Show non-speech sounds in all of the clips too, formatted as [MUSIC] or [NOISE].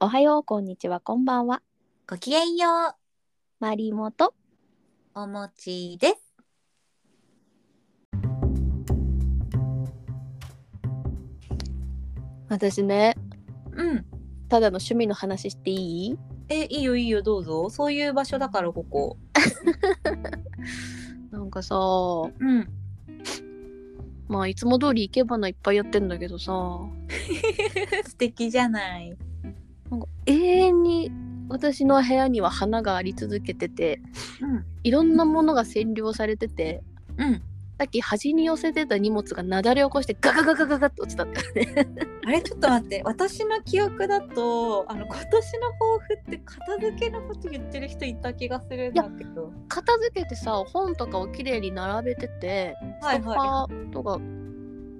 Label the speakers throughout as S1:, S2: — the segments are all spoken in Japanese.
S1: おはよう、こんにちは、こんばんは。
S2: ごきげんよ
S1: マリモと。
S2: う、おもちです。
S1: 私ね、
S2: うん。
S1: ただの趣味の話していい
S2: え、いいよいいよ、どうぞ。そういう場所だから、ここ。
S1: なんかさ、
S2: うん。
S1: まあいつも通り生け花いっぱいやってんだけどさ、
S2: [LAUGHS] 素敵じゃない。
S1: なんか永遠に私の部屋には花があり続けてて、
S2: うん。
S1: いろんなものが占領されてて、
S2: うん。
S1: さっき端に寄せてた荷物がなだれ起こしてガガガガガガって落ちたんだよね。
S2: あれ、ちょっと待って。私の記憶だと、あの、今年の抱負って片付けのこと言ってる人いた気がするんだけど。
S1: 片付けてさ、本とかをきれいに並べてて、
S2: は
S1: ソ
S2: い
S1: フ
S2: は
S1: ァーとか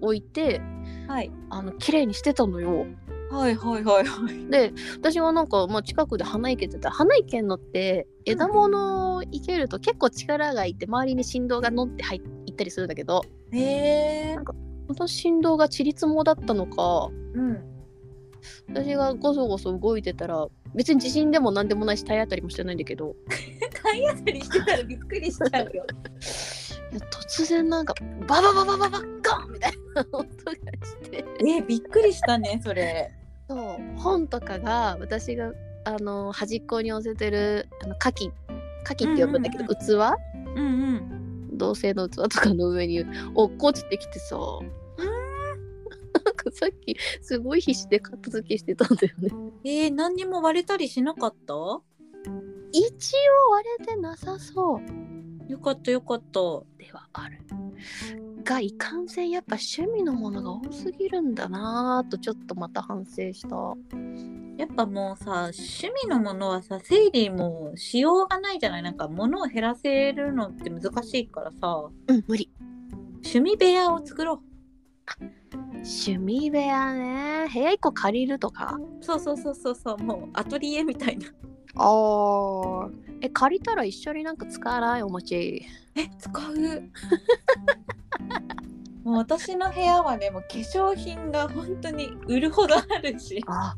S1: 置いて、
S2: い。はい。
S1: あの、綺麗にしてたのよ。
S2: はいはいはいはい。
S1: で私はなんか、まあ、近くで花生けてた花生けんのって枝物生けると結構力がいて周りに振動がのって入っ行ったりするんだけど
S2: えー。
S1: この振動がちりつもだったのか
S2: うん。
S1: 私がゴソゴソ動いてたら別に地震でも何でもないし体当たりもしてないんだけど
S2: 体当たりしてたらびっくりしちゃうよ。
S1: いや突然なんかババババババガンみたいな音がして
S2: [LAUGHS] え、びっくりしたね、それ。
S1: そう本とかが私があの端っこに寄せてるあの牡蠣牡蠣って呼ぶんだけど、
S2: うんうん
S1: 器
S2: うんうん。
S1: 同性の器とかの上に落っこちてきてさなんかさっきすごい必死で片付けしてたんだよね
S2: えー、何にも割れたりしなかった
S1: 一応割れてなさそう
S2: よかったよかっ
S1: で
S2: た。
S1: はあるがいかんせんやっぱ趣味のものが多すぎるんだなぁとちょっとまた反省した
S2: やっぱもうさ趣味のものはさ整理もしようがないじゃないなんか物を減らせるのって難しいからさ
S1: うん無理
S2: 趣味部屋を作ろ
S1: 趣味部屋ね部屋一個借りるとか
S2: うそうそうそうそうそうもうアトリエみたいな
S1: あーえ借りたら一緒になんか使わないお餅
S2: え使う [LAUGHS] もう私の部屋はねもう化粧品が本当に売るほどあるし
S1: あ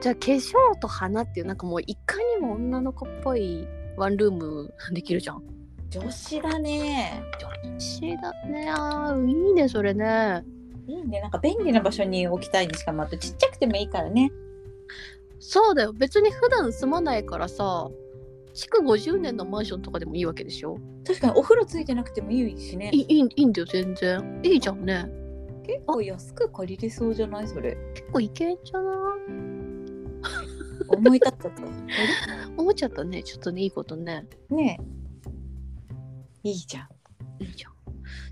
S1: じゃあ化粧と花っていうなんかもういかにも女の子っぽいワンルームできるじゃん。
S2: 女子だね
S1: 女子だねあーいいねそれね。
S2: いいねなんか便利な場所に置きたいんですかもあとちっちゃくてもいいからね
S1: そうだよ別に普段住まないからさ築50年のマンションとかでもいいわけでしょ
S2: 確かにお風呂ついてなくてもいいしね
S1: いいいいんだよ全然いいじゃんね
S2: 結構安く借りれそうじゃないそれ
S1: 結構いけんじゃない
S2: 思い立っちゃった
S1: 思っちゃったねちょっとねいいことね
S2: ねえいいじゃん
S1: いいじゃん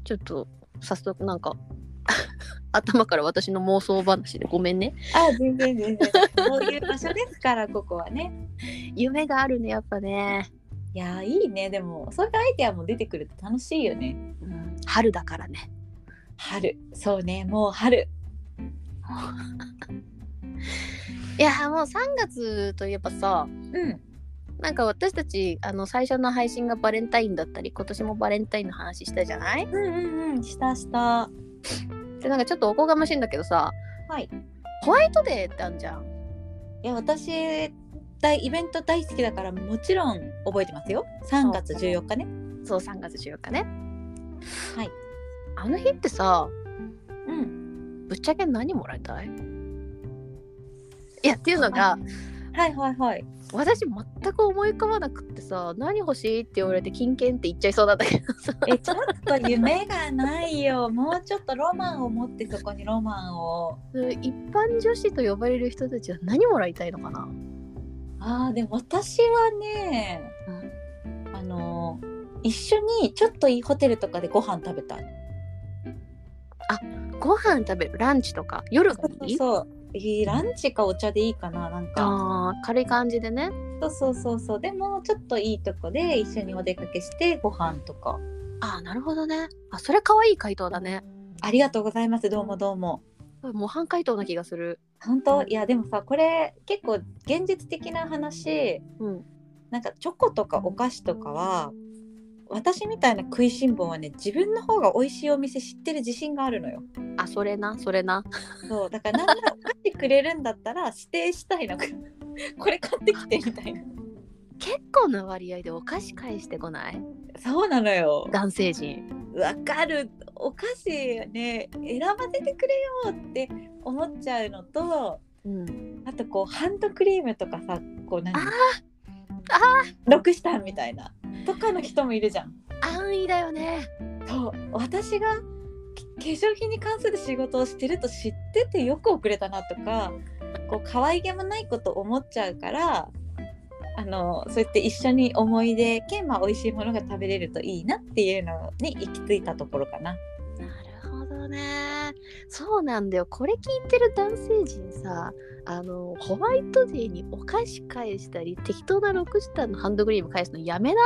S1: ちょっと早速なんか [LAUGHS] 頭から私の妄想話でごめんね
S2: あ全然全然こういう場所ですからここはね
S1: 夢があるねやっぱね
S2: いやーいいねでもそういうアイデアも出てくると楽しいよね
S1: うん春だからね
S2: 春そうねもう春
S1: いやーもう3月といえばさ
S2: うん
S1: なんか私たちあの最初の配信がバレンタインだったり今年もバレンタインの話したじゃない
S2: うんうんうんしたした
S1: でなんかちょっとおこがましいんだけどさ
S2: はい
S1: ホワイトデーってあんじゃん
S2: いや私大イベント大好きだからもちろん覚えてますよ3月14日ね
S1: そう3月14日ね
S2: はい
S1: あの日ってさ
S2: うん
S1: ぶっちゃけ何もらいたいいやっていうのが
S2: はいはいはい
S1: 私全く思い浮かばなくってさ何欲しいって言われて金券って言っちゃいそうなんだけど [LAUGHS] さ
S2: えちょっと夢がないよもうちょっとロマンを持ってそこにロマンを
S1: 一般女子と呼ばれる人たちは何もらいたいのかな
S2: あーでも私はね、あのー一緒にちょっといいホテルとかでご飯食べたい
S1: ご飯食べるランチとか夜がいい
S2: そういいランチかお茶でいいかななんか
S1: あー軽い感じでね
S2: そうそうそうそうでもちょっといいとこで一緒にお出かけしてご飯とか
S1: ああなるほどねあそれ可愛い回答だね
S2: ありがとうございますどうもどうも
S1: 模範回答な気がする
S2: 本当いやでもさこれ結構現実的な話
S1: うん
S2: なんかチョコとかお菓子とかは私みたいな食いしん坊はね自分の方が美味しいお店知ってる自信があるのよ
S1: あそれなそれな
S2: [LAUGHS] そうだからなんならもしくれるんだったら指定したいのこれ買ってきてみたいな
S1: 結構な割合でお菓子返してこない
S2: そうなのよ
S1: 男性陣
S2: わかるお菓子ね選ばせてくれよって思っちゃうのと
S1: うん
S2: あとこうハンドクリームとかさこう何
S1: あー
S2: ロクシタンみたいなとかの人もいるじゃん
S1: 安易だよね
S2: そう私がき化粧品に関する仕事をしてると知っててよく遅れたなとかこう可愛げもないこと思っちゃうからあのそうやって一緒に思い出兼まあ美味しいものが食べれるといいなっていうのに行き着いたところかな。 [LAUGHS]
S1: なるほどねそうなんだよこれ聞いてる男性陣さあのホワイトデーにお菓子返したり適当なロクシタンのハンドクリーム返すのやめな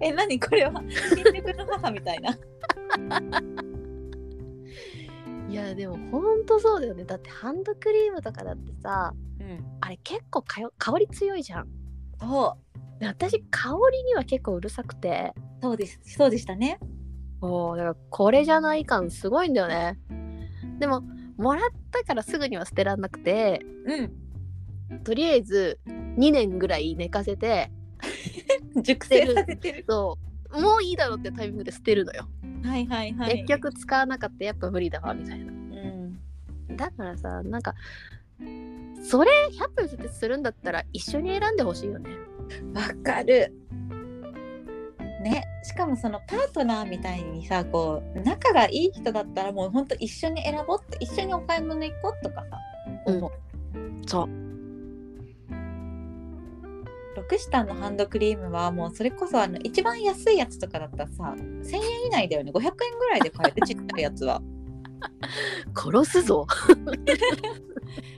S2: え何これは新宿の母みたいな。
S1: いやでもほんとそうだよねだってハンドクリームとかだってさ
S2: うん、
S1: あれ結構かよ香り強いじゃん
S2: そ
S1: で私香りには結構うるさくて
S2: うそうですそうでしたね。
S1: もうだからこれじゃない感すごいんだよねでももらったからすぐには捨てらんなくて
S2: う
S1: とりあえず2年ぐらい寝かせて
S2: ん熟成させてる。
S1: そうもういいだろうってタイミングで捨てるのよ、
S2: はいはいは
S1: 結
S2: い。
S1: 局使わなかったやっぱ無理だわみたいな
S2: うん
S1: だからさなんかそれ100分捨てするんだったら一緒に選んでほしいよね
S2: わかる。ね、しかもそのパートナーみたいにさこう仲がいい人だったらもうほんと一緒に選ぼうって一緒にお買い物行こうとかさ思う、
S1: そう
S2: ロクシタンのハンドクリームはもうそれこそあの一番安いやつとかだったらさ1,000円以内だよね500円ぐらいで買えるちっちゃいや
S1: [LAUGHS]
S2: つは
S1: 殺すぞ
S2: だ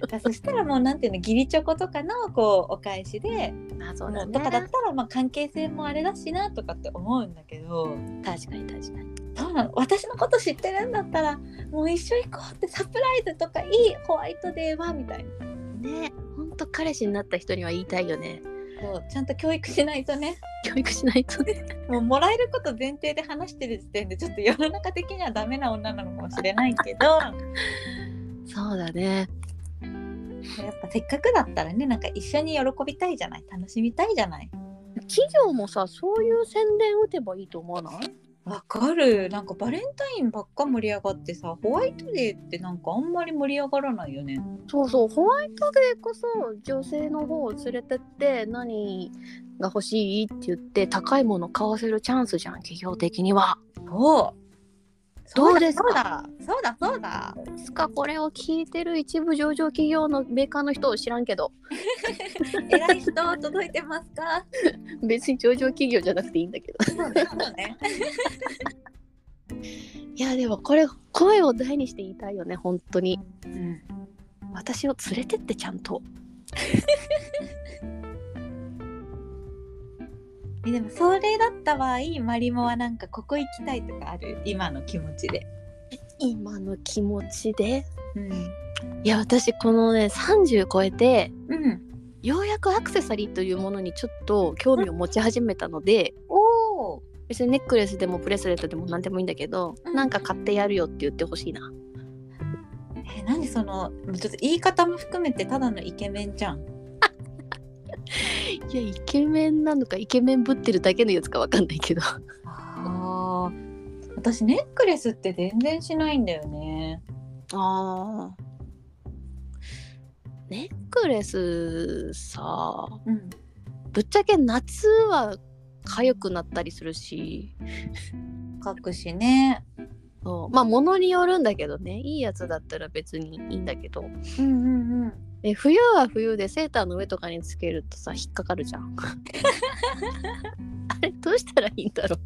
S2: からそしたらもうなんていうの義理チョコとかのこうお返しで、
S1: あそ
S2: も
S1: うだ
S2: う
S1: ね
S2: とかだったらまあ関係性もあれだしなとかって思うんだけど。
S1: 確かに確かに
S2: そうなの私のこと知ってるんだったらもう一緒行こうってサプライズとかいいホワイトデーはみたいな
S1: ねほんと彼氏になった人には言いたいよね
S2: そうちゃんと教育しないとね
S1: 教育しないとね
S2: [LAUGHS] もうもらえること前提で話してる時点でちょっと世の中的にはダメな女なのかもしれないけどや
S1: そうだね
S2: っぱせっかくだったらねなんか一緒に喜びたいじゃない楽しみたいじゃない
S1: 企業もさそういう宣伝打てばいいと思わない
S2: わかるなんかバレンタインばっか盛り上がってさホワイトデーってなんかあんまり盛り上がらないよね
S1: そうそうホワイトデーこそ女性の方を連れてって何が欲しいって言って高いもの買わせるチャンスじゃん企業的には。
S2: そう
S1: どうですか
S2: そうだそうだそう [LAUGHS] だそうだ
S1: つかこれを聞いてる一部上場企業のメーカーの人を知らんけど
S2: 偉い人届いてますか
S1: 別に上場企業じゃなくていいんだけど。
S2: そうだね。
S1: いやでもこれ声を大にして言いたいよね本当に。
S2: うん。
S1: 私を連れてってちゃんと。
S2: えでもそれだった場合、マリモはなんかここ行きたいとかある今の気持ちで。
S1: 今の気持ちで
S2: うん。
S1: いや私このね30超えて
S2: うん。
S1: ようやくアクセサリーというものにちょっと興味を持ち始めたので
S2: おお。
S1: 別にネックレスでもブレスレットでも何でもいいんだけど、
S2: うん
S1: なんか買ってやるよって言ってほしいな
S2: え、何そのちょっと言い方も含めてただのイケメンじゃん。
S1: いやイケメンなのかイケメンぶってるだけのやつかわかんないけど
S2: ああ。私ネックレスって全然しないんだよね。
S1: あネックレスさ
S2: うん。
S1: ぶっちゃけ夏は痒くなったりするし
S2: 書くしね。
S1: そうまあ物によるんだけどねいいやつだったら別にいいんだけど
S2: うんうんうん。
S1: で冬は冬でセーターの上とかにつけるとさ引っかかるじ [LAUGHS] ゃんあれどうしたらいいんだろう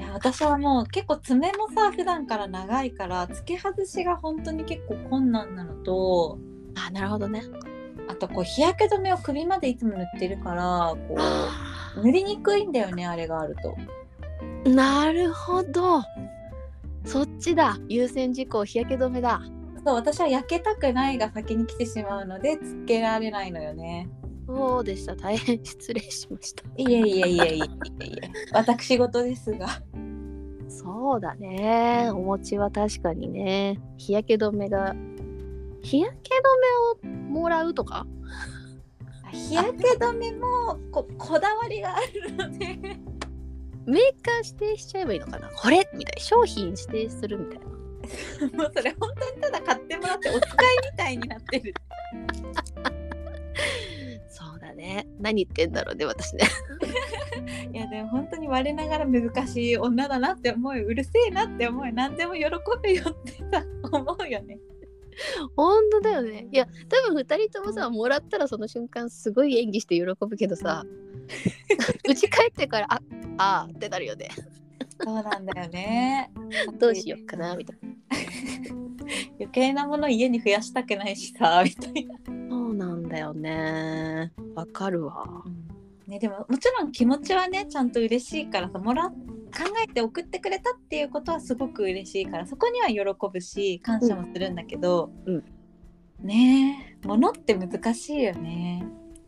S2: いや私はもう結構爪もさ普段から長いから付け外しが本当に結構困難なのと
S1: あなるほどね
S2: あとこう日焼け止めを首までいつも塗ってるからこ
S1: あ
S2: う塗りにくいんだよねあれがあると。
S1: ー [GASPS] なるほどそっちだ優先事項日焼け止めだ
S2: そう私は焼けたくないが先に来てしまうのでつけられないのよね。
S1: そうでした大変失礼しました
S2: いえいえいえいえいえいえ私事ですが。
S1: そうだねお餅は確かにね日焼け止めが日焼け止めをもらうとか
S2: あ日焼け止めもここだわりがあるので
S1: メーカー指定しちゃえばいいのかなこれみたいな商品指定するみたいな
S2: もうそれ本当にただ買ってもらってお使いみたいになってる
S1: そうだね何言ってんだろうね私 [LAUGHS] ね
S2: いやでも本当に我ながら難しい女だなって思いううるせえなって思い何でも喜べよってさ [LAUGHS] 思うよね
S1: ほんとだよねいや多分2人ともさもらったらその瞬間すごい演技して喜ぶけど [LAUGHS] さうち帰ってからああーってなるよね
S2: そうなんだよ [LAUGHS] ね
S1: どうしようかなみたいな
S2: 余計なもの家に増やしたくないしさみたいな、
S1: そうなんだよねわかるわ
S2: ね、でももちろん気持ちはねちゃんと嬉しいからさもら考えて送ってくれたっていうことはすごく嬉しいからそこには喜ぶし感謝もするんだけど、
S1: うんうん
S2: ねえ物って難しいよね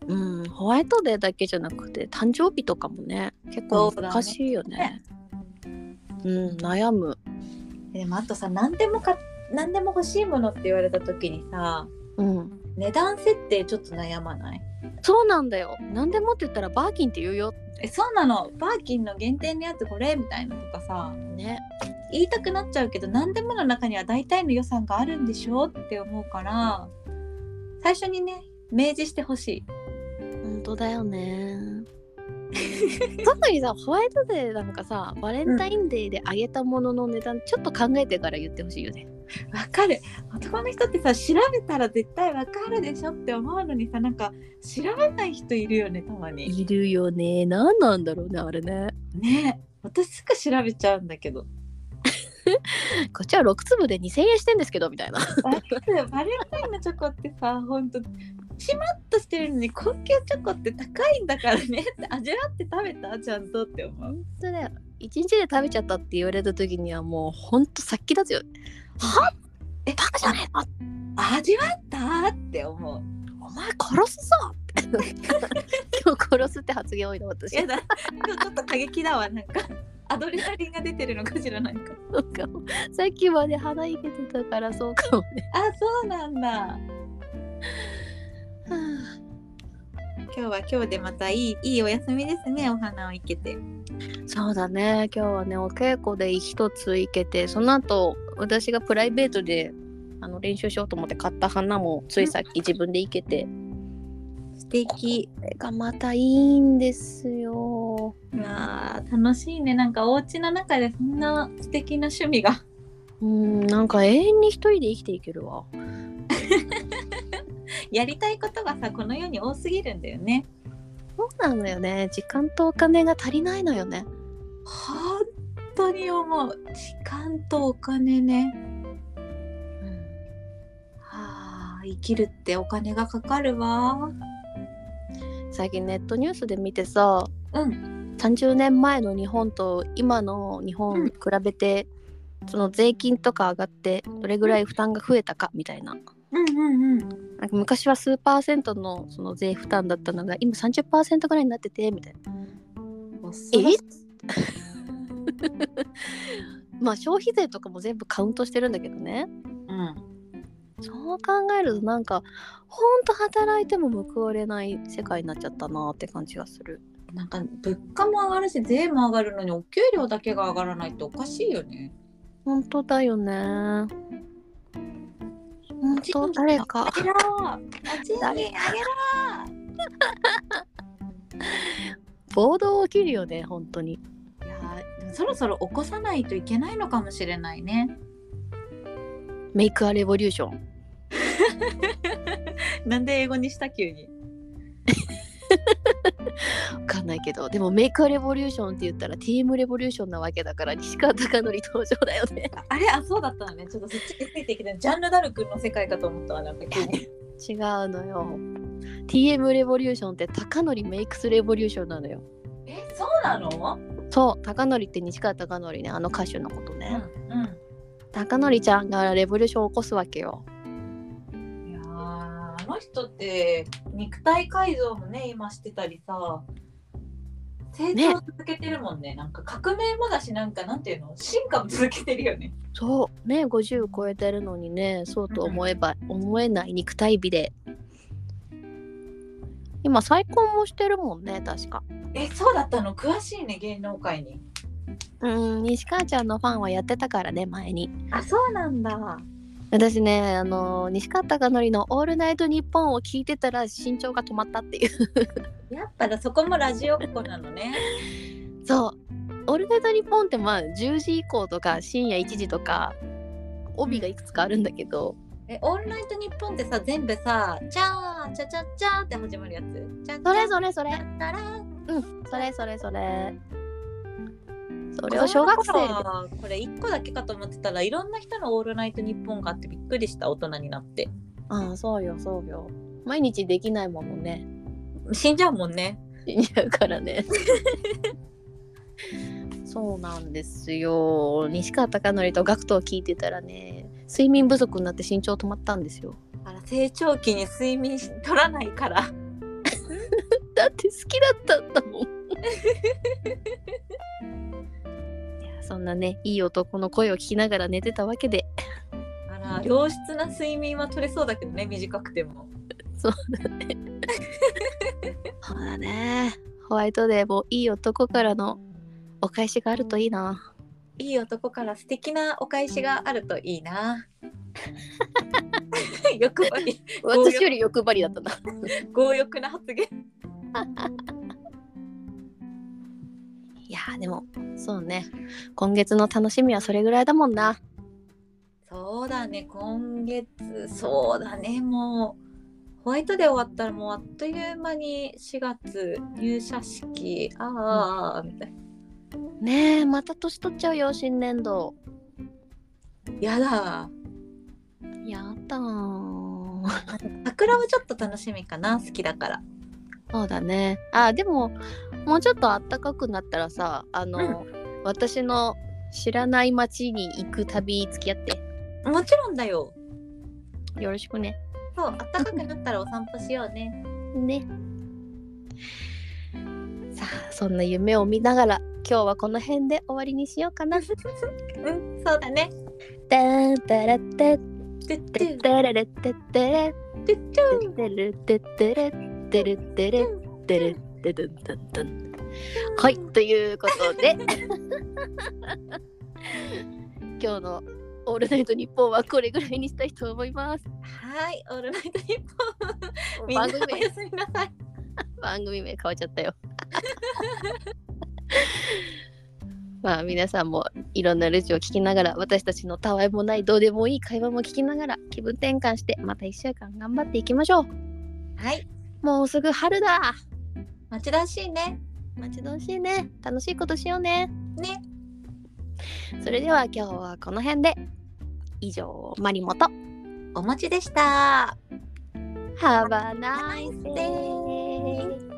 S1: うんホワイトデーだけじゃなくて誕生日とかもね結構難しいよねうん悩む
S2: でもあとさ何でもか何でも欲しいものって言われた時にさ
S1: うん
S2: 値段設定ちょっと悩まない
S1: そうなんだよ何でもって言ったらバーキンって言うよ
S2: えそうなのバーキンの限定のやつこれみたいなとかさ
S1: ね
S2: 言いたくなっちゃうけど何でもの中には大体の予算があるんでしょって思うから最初にね明示してほしい
S1: 本当だよね [LAUGHS] 特にさホワイトデーなんかさバレンタインデーであげたものの値段ちょっと考えてから言ってほしいよね
S2: わかる男の人ってさ調べたら絶対わかるでしょって思うのにさなんか調べない人いるよねたまに
S1: いるよね何なんだろうねあれね
S2: ね私すぐ調べちゃうんだけど
S1: こっちは6粒で2000円してんですけどみたいな
S2: バレバレンタインのチョコってさほんとしまっとしてるのに高級チョコって高いんだからねって味わって食べたちゃんとって思う
S1: 本当だよ1日で食べちゃったって言われた時にはもうほんと殺気立つよねはえバカじゃねえの
S2: 味わったって思う
S1: お前殺すぞって [LAUGHS] 今日殺すって発言多いの私
S2: いやだ今日ちょっと過激だわなんかアドレナリンが出てるのかしらなんか
S1: そうかもさっきまで鼻いけてたからそうかもね
S2: あそうなんだ今日は今日でまたいいいいお休みですねお花を生けて
S1: そうだね今日はねお稽古で一ついけてその後私がプライベートであの練習しようと思って買った花もついさっき自分でいけて
S2: 素敵
S1: これがまたいいんですよ
S2: まあ楽しいねなんかお家の中でそんな素敵な趣味が [LAUGHS]
S1: うんなんか永遠に一人で生きていけるわ
S2: やりたいことがさこの世に多すぎるんだよね
S1: そうなのよね時間とお金が足りないのよね
S2: 本当に思う時間とお金ねはあ生きるってお金がかかるわ
S1: 最近ネットニュースで見てさ
S2: うん
S1: 30年前の日本と今の日
S2: うん
S1: 本比べて、その税金とか上がってどれぐらい負担が増えたかみたいな
S2: うんうんうん
S1: なんか昔は数パーセントのその税負担だったのが今30%ぐらいになっててみたいな
S2: え
S1: えまあ消費税とかも全部カウントしてるんだけどね
S2: うん
S1: そう考えるとなんかほんと働いても報われない世界になっちゃったなって感じがする
S2: なんか物価も上がるし税も上がるのにお給料だけが上がらないっておかしいよね
S1: ほんとだよねほんと誰か
S2: あげろー賃金あげろ
S1: 暴動起きるよね本当に
S2: ーいやーでもそろそろ起こさないといけないのかもしれないね
S1: メイクアレボリューション
S2: なんで英語にした急に
S1: わかんないけどでもメイクアレボリューションって言ったら TM レボリューションなわけだから西川貴教登場だよ [LAUGHS] ね
S2: あれあそうだったのねちょっとそっちについてきてジャンヌ・ダルクの世界かと思ったわなんか急に
S1: 違うのよ TM レボリューションって貴教メイクスレボリューションなのよ
S2: えそうなの
S1: そう貴教って西川貴教ねあの歌手のことね
S2: う
S1: 貴教ちゃんがレボリューションを起こすわけよ
S2: んいやーあの人って肉体改造もね今してたりさ成長を続けてるもんねなんか革命もだしなんかなんていうの進化も続けてるよね
S1: そうね50超えてるのにねそうと思えば、思えない肉体美で今再婚もしてるもんね確か
S2: えそうだったの詳しいね芸能界に
S1: うん西川ちゃんのファンはやってたからね前に
S2: あそうなんだ
S1: 私ねあの西川貴教の「オールナイトニッポン」を聞いてたら身長が止まったっていう [LAUGHS]
S2: やっぱだそこもラジオっ子なのね
S1: そう「オールナイトニッポン」ってまあ10時以降とか深夜1時とか帯がいくつかあるんだけど、
S2: えオールナイトニッポンってさ全部さチャーチャチャチャーって始まるやつチャ
S1: それそれそれ
S2: チャタラー
S1: うんそれそれそれそれを小学生で
S2: でこれ一個だけかと思ってたらいろんな人の「オールナイトニッポン」があってびっくりした大人になって
S1: ああそうよそうよ毎日できないものね
S2: 死んじゃうもんね
S1: 死んじゃうからね [LAUGHS] そうなんですよ西川貴教とガクトを聞いてたらね睡眠不足になって身長止まったんですよ
S2: あら成長期に睡眠し取らないから
S1: だって好きだったんだ [LAUGHS] もんいやそんなねいい男の声を聞きながら寝てたわけで
S2: あら良質な睡眠は取れそうだけどね短くても
S1: そうだねホワイトデーもいい男からのお返しがあるといいない
S2: い男から素敵なお返しがあるといい [LAUGHS] な欲張り
S1: 私より欲張りだったな
S2: 強欲な発言
S1: いやーでもそうね今月の楽しみはそれぐらいだもんな
S2: そうだね今月そうだねもうホワイトで終わったらもうあっという間に4月入社式ああみたいな
S1: ねえまた年取っちゃうよ新年度
S2: やだ
S1: やったー [LAUGHS]
S2: 桜はちょっと楽しみかな好きだから
S1: そうだねあでももうちょっと暖かくなったらさあの、私の知らない町に行く旅付き合って
S2: もちろんだよ
S1: よろしくね
S2: そう暖かくなったらお散歩しようね
S1: ねさあそんな夢を見ながら今日はこの辺で終わりにしようかな。
S2: うんそうだね
S1: タンタラッタッ
S2: トゥット
S1: タッ
S2: ゥ
S1: タララッタッタラッ
S2: トゥットゥ
S1: てるてってるてるてるてるてるてんてんはいということで今日の「オールナイトニッポン」はこれぐらいにしたいと思います
S2: はいオールナイトニッポンみんな
S1: 番組
S2: お
S1: 名
S2: やすみなさい
S1: 番組名変わっちゃったよまあ皆さんもいろんなルジを聞きながら私たちのたわいもないどうでもいい会話も聞きながら気分転換してまた1週間頑張っていきましょう
S2: はい
S1: もうすぐ春だ
S2: 待ち遠しいね
S1: 待ち遠しいね楽しいことしようね
S2: ね
S1: それでは今日はこの辺で以上マリモと
S2: お餅でした
S1: Have a nice
S2: Have a nice
S1: day